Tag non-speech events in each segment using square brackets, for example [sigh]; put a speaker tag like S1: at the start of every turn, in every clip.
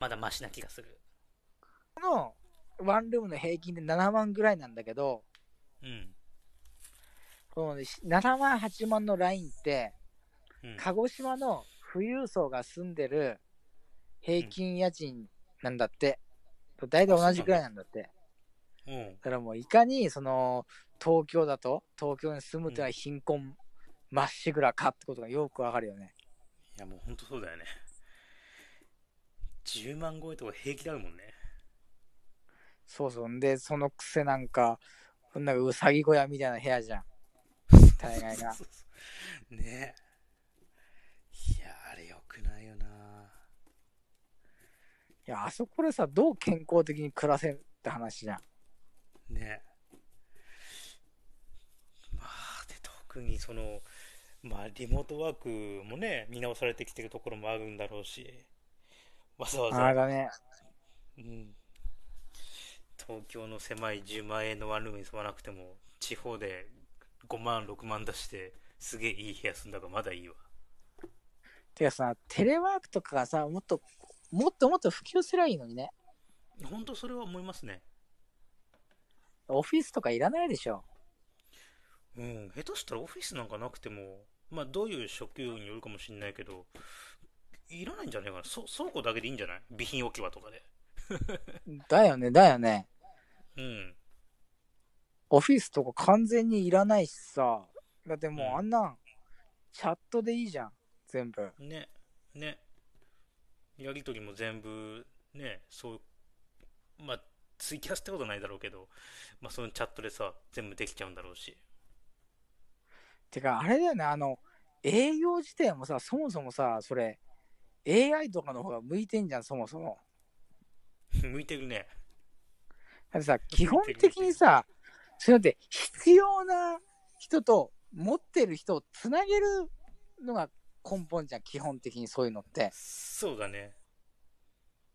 S1: まだマシな気がする。
S2: このワンルームの平均で7万ぐらいなんだけど、
S1: うん。
S2: このねし7万、8万のラインって、
S1: うん、
S2: 鹿児島の富裕層が住んでる平均家賃なんだって。大体同じくらいなんだって。
S1: うん
S2: だからもういかにその東京だと東京に住むというのは貧困まっしぐらかってことがよくわかるよね。
S1: いやもうほんとそうだよね10万超えとか平気だもんね
S2: そうそう。んで、そのくせなんか、なんかうさぎ小屋みたいな部屋じゃん。大概 [laughs] が。
S1: そうそうねいやあれよくないよない
S2: や、あそこでさ、どう健康的に暮らせるって話じゃん。
S1: ねまあで特にそのまあリモートワークもね見直されてきてるところもあるんだろうしわざわ
S2: あれ
S1: ざ、
S2: だね。
S1: うん、東京の狭い10万円のワンルームに住まなくても地方で5万6万出してすげえいい部屋住んだからまだいいわ
S2: てかさ、テレワークとかがさ、もっと、もっともっと普及すればいいのにね。
S1: 本当それは思いますね
S2: オフィスとかいらないでしょ。
S1: うん下手したらオフィスなんかなくてもまあどういう職業によるかもしれないけどいらないんじゃないかなそ倉庫だけでいいんじゃない備品置き場とかで
S2: だよね、だよね。
S1: うん
S2: オフィスとか完全にいらないしさ。だっても
S1: うん
S2: うあんなん、チャットでいいじゃん。全部。
S1: ねねやり取りも全部ねそうまあツイキャスってことはないだろうけど、まあ、そのチャットでさ全部できちゃうんだろうして [laughs]
S2: か、あれだよね、あの、営業自体もさ、そもそもさ、それ、AI とかの方が向いてんじゃん、そもそも。
S1: 向いてるね
S2: だってさ、基本的にさ、それだって必要な人と持ってる人をつなげるのが根本じゃん、基本的にそういうのって。
S1: そうだね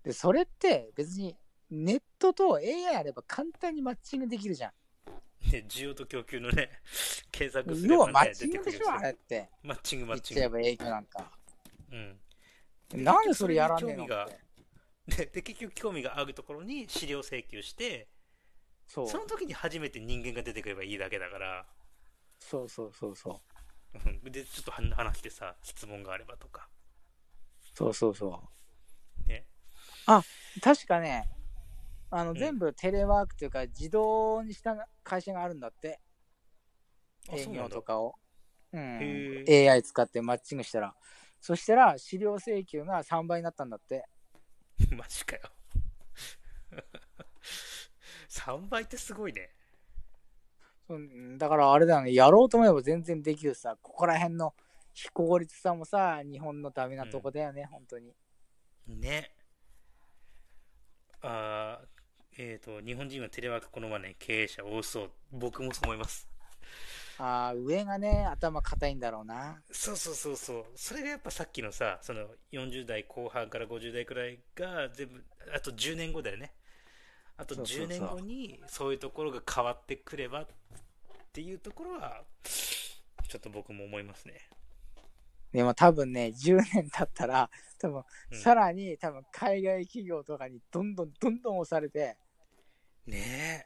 S2: で、それって別にネットと AI あれば簡単にマッチングできるじゃん。
S1: ね需要と供給のね検索すれ
S2: 要
S1: ば、
S2: は
S1: ね、
S2: マッチングで
S1: 出
S2: して
S1: く
S2: ょ、
S1: る
S2: あ
S1: んで
S2: れって。
S1: すよマッチングマ
S2: 言
S1: ッ
S2: っ
S1: チ
S2: ちゃえ
S1: ング
S2: ば営業なんか。
S1: うん
S2: なんでそれやらねえの
S1: 結局
S2: って。
S1: でで結局興味があるところに資料請求して
S2: そう
S1: その時に初めて人間が出てくればいいだけだから
S2: そうそうそうそう。
S1: うんでちょっとは話してさ質問があればとか
S2: そうそうそう。
S1: ね
S2: 確かね、あの、
S1: ん
S2: 全部テレワークというか、自動にした会社があるんだって、
S1: あ
S2: 営
S1: そうな
S2: 業
S1: んだ
S2: とかを。う
S1: へ
S2: ん、AI 使ってマッチングしたら。そしたら、資料請求が3倍になったんだって。
S1: [laughs] マジかよ3倍ってすごいね
S2: うん、だからあれだよね、やろうと思えば全然できるさ、ここら辺の非効率さもさ、日本のダメなとこだよね、本当に。
S1: ねあーえっ、と日本人はテレワーク好まない経営者多そう僕もそう思います
S2: ああ、上がね、頭固いんだろうな。
S1: そうそうそうそうそれがやっぱさっきのさその40代後半から50代くらいが全部あと10年後だよねあと
S2: そうそうそう
S1: 10年後にそういうところが変わってくればっていうところはちょっと僕も思いますね
S2: でも多分ね、10年経ったら、多分、
S1: うん
S2: さらに多分海外企業とかにどんどんどんどん押されて、
S1: ね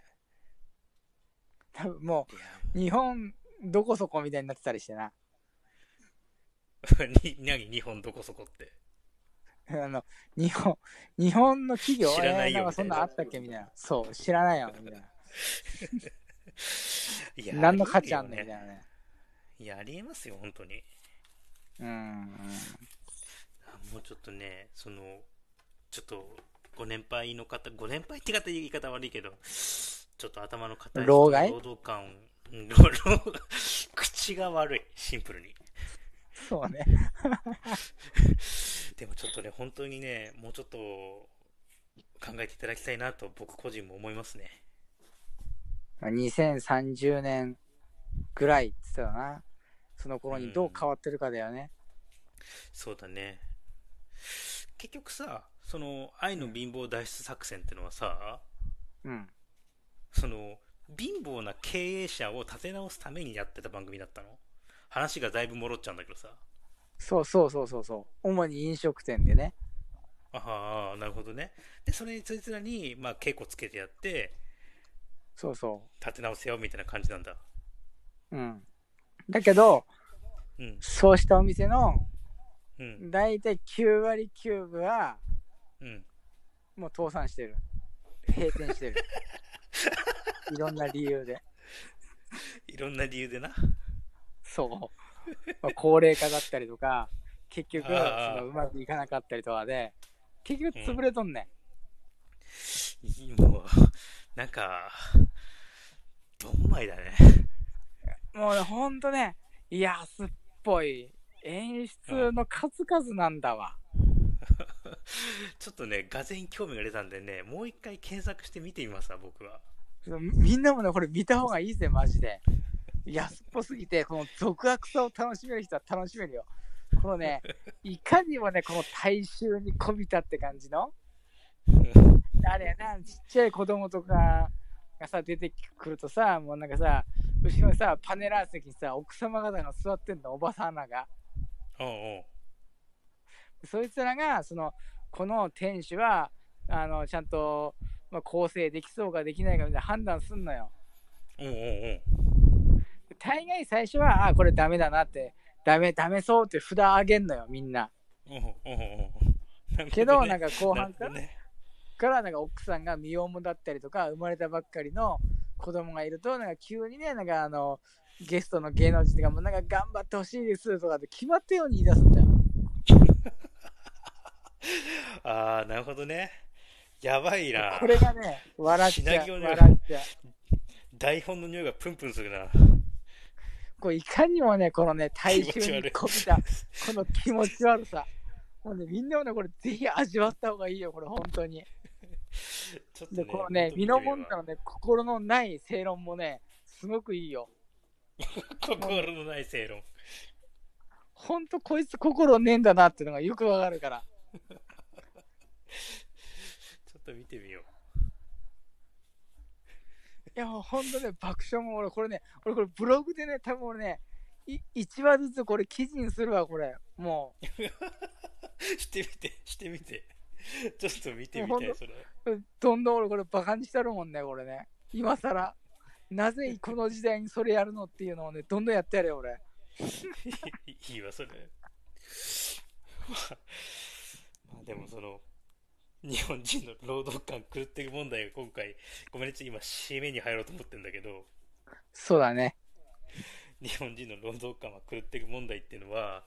S2: 多分も
S1: えいう
S2: 日本どこそこみたいになってたりしてな。 [laughs]
S1: やに何日本どこそこって
S2: あの、日本、日本の企業
S1: 知らないよ
S2: えーんかそんなんあったっけみたいな。そう、知らないよ、みたい
S1: い
S2: な。何の価値あ
S1: あ
S2: ん
S1: り
S2: の
S1: え
S2: み
S1: る
S2: た
S1: よ
S2: いなね。
S1: いやありえますよ本当に
S2: うん。
S1: あもうちょっとね、その、ちょっと、ご年配の方、ご年配って方言い方悪いけど、ちょっと頭の固い人
S2: 老害
S1: 労働感を、うん [laughs] 老老口が悪い、シンプルに。
S2: そうね。
S1: でもちょっとね、本当にね、もうちょっと考えていただきたいなと僕個人も思いますね。
S2: 2030年ぐらいって言ってたな。その頃にどう変わってるかだよね。
S1: そうだね。結局さ、その、愛の貧乏脱出作戦ってのはさ、
S2: うん。
S1: その貧乏な経営者を立て直すためにやってた番組だったの話がだいぶ戻っちゃうんだけどさ
S2: そうそうそうそうそう。主に飲食店でね。
S1: ああ、なるほどね。で、それにそいつらに、まあ、稽古つけてやって、
S2: そうそ
S1: 立て直せよみたいな感じなんだ。
S2: う。うん。だけど、
S1: うん、
S2: そうしたお店の
S1: うん、
S2: 大体9割9分は
S1: うん。
S2: もう倒産してる。閉店してる。いろんな理由で。
S1: いろんな理由でな。
S2: そう。まあ高齢化だったりとか、結局そ
S1: あー
S2: のうまくいかなかったりとかで、結局潰れとんねん。
S1: もう、なんか、どんまいだね。
S2: もうね、ほんとね、安っぽい演出の数々なんだわ。
S1: ちょっとね、がぜに興味が出たんでね、もう一回検索して見てみますわ、僕は。
S2: みんなもね、これ見た方がいいぜ、マジで。安っぽすぎて、この俗悪さを楽しめる人は楽しめるよ。このね、いかにもね、この大衆に媚びたって感じの、あれやな、ちっちゃい子供とかがさ、出てくるとさ、もうなんかさ、後ろにさ、パネラー席にさ、奥様方が座ってんの、おばさんらが。
S1: おう
S2: そいつらがそのこの店主はあのちゃんと、まあ、構成できそうかできないかみたいな判断すんのよ。
S1: おう。おうおう
S2: 大概最初はあこれダメだなってダメダメそうって札上げんのよみんな。
S1: おう。おうおうおう。
S2: けどなん
S1: か
S2: か後
S1: なるほ
S2: 半か
S1: ど
S2: ら
S1: ね。
S2: からなんか奥さんが身重だったりとか生まれたばっかりの子供がいるとなんか急にねなんかあのゲストの芸能人とかもなんか頑張ってほしいですとかって決まったように言い出すんだよ。
S1: ああ、なるほどね。やばいな
S2: こ。れがね笑っちゃ
S1: 品
S2: う
S1: 気をね
S2: 笑っちゃう。
S1: 台本の匂いがプンプンするな。
S2: こういかにもね、このね、大衆にこびた、この気持ち悪さ。もうね、みんなもね、これぜひ味わった方がいいよ、これ、本当に。
S1: ちょっと
S2: で、
S1: ね。
S2: このね、身の
S1: 本当
S2: もん
S1: 見て
S2: だのね、心のない正論もね、すごくいいよ。
S1: みれば心のない正論。
S2: ほんと、こいつ心ねえんだなっていうのがよくわかるから。
S1: ちょっと見てみよう。
S2: いや、もうほんとね、爆笑も俺、これね、俺、これブログでね、多分俺ね、い1話ずつこれ記事にするわ、これ。もう、
S1: してみて、してみて。ちょっと見てみ
S2: ほ
S1: た
S2: ん
S1: い、
S2: と
S1: それ。
S2: どんどん俺、これバカにしたるもんね、これね。今更。なぜこの時代にそれやるのっていうのをね、どんどんやってやれよ、俺。
S1: いいいいわ、それ。まあでもその、日本人の労働感狂ってる問題が今回、ごめんね、ちょっと今、締めに入ろうと思ってるんだけど、
S2: そうだね。
S1: 日本人の労働感は狂ってる問題っていうのは、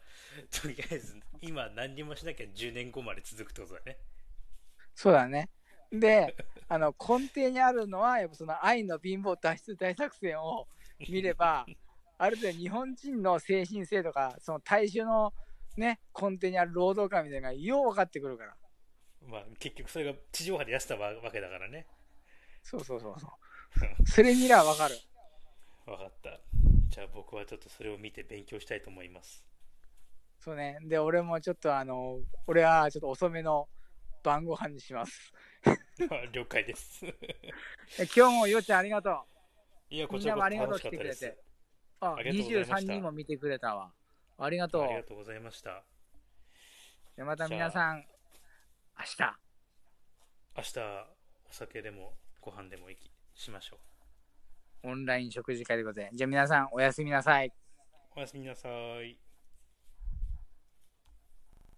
S1: とりあえず、今何にもしなきゃ10年後まで続くってことだね。
S2: そうだね。で、あの根底にあるのは、やっぱその愛の貧乏脱出大作戦を見
S1: [laughs]
S2: れば、ある程度日本人の精神性とか、その大衆のね、根底にある労働感みたいなのがよう分かってくるから。
S1: まあ結局それが地上波でやってたわわけだからね。
S2: そうそうそ
S1: [laughs]
S2: うそう。それ見りゃ分かる。
S1: わかった。じゃあ僕はちょっとそれを見て勉強したいと思います。
S2: そうね。で、俺もちょっとあの、俺はちょっと遅めの晩ご飯にします。
S1: 了解です。 [laughs]
S2: え今日もようちゃんありがとう。
S1: いや、こ
S2: みん
S1: ちらこそ
S2: なもありがとう
S1: 楽し
S2: 来
S1: かってた
S2: く
S1: で
S2: れ
S1: す
S2: て。。あ、
S1: ありがとうございま
S2: 23
S1: した
S2: 人も見てくれたわ。ありがとう
S1: あ。りがとうございました。
S2: でまた皆さん、明日。
S1: 明日お酒でもご飯でもいきしましょ
S2: オンライン食事会でございます。じゃあ皆さんおやすみなさい。
S1: うおやすみなさい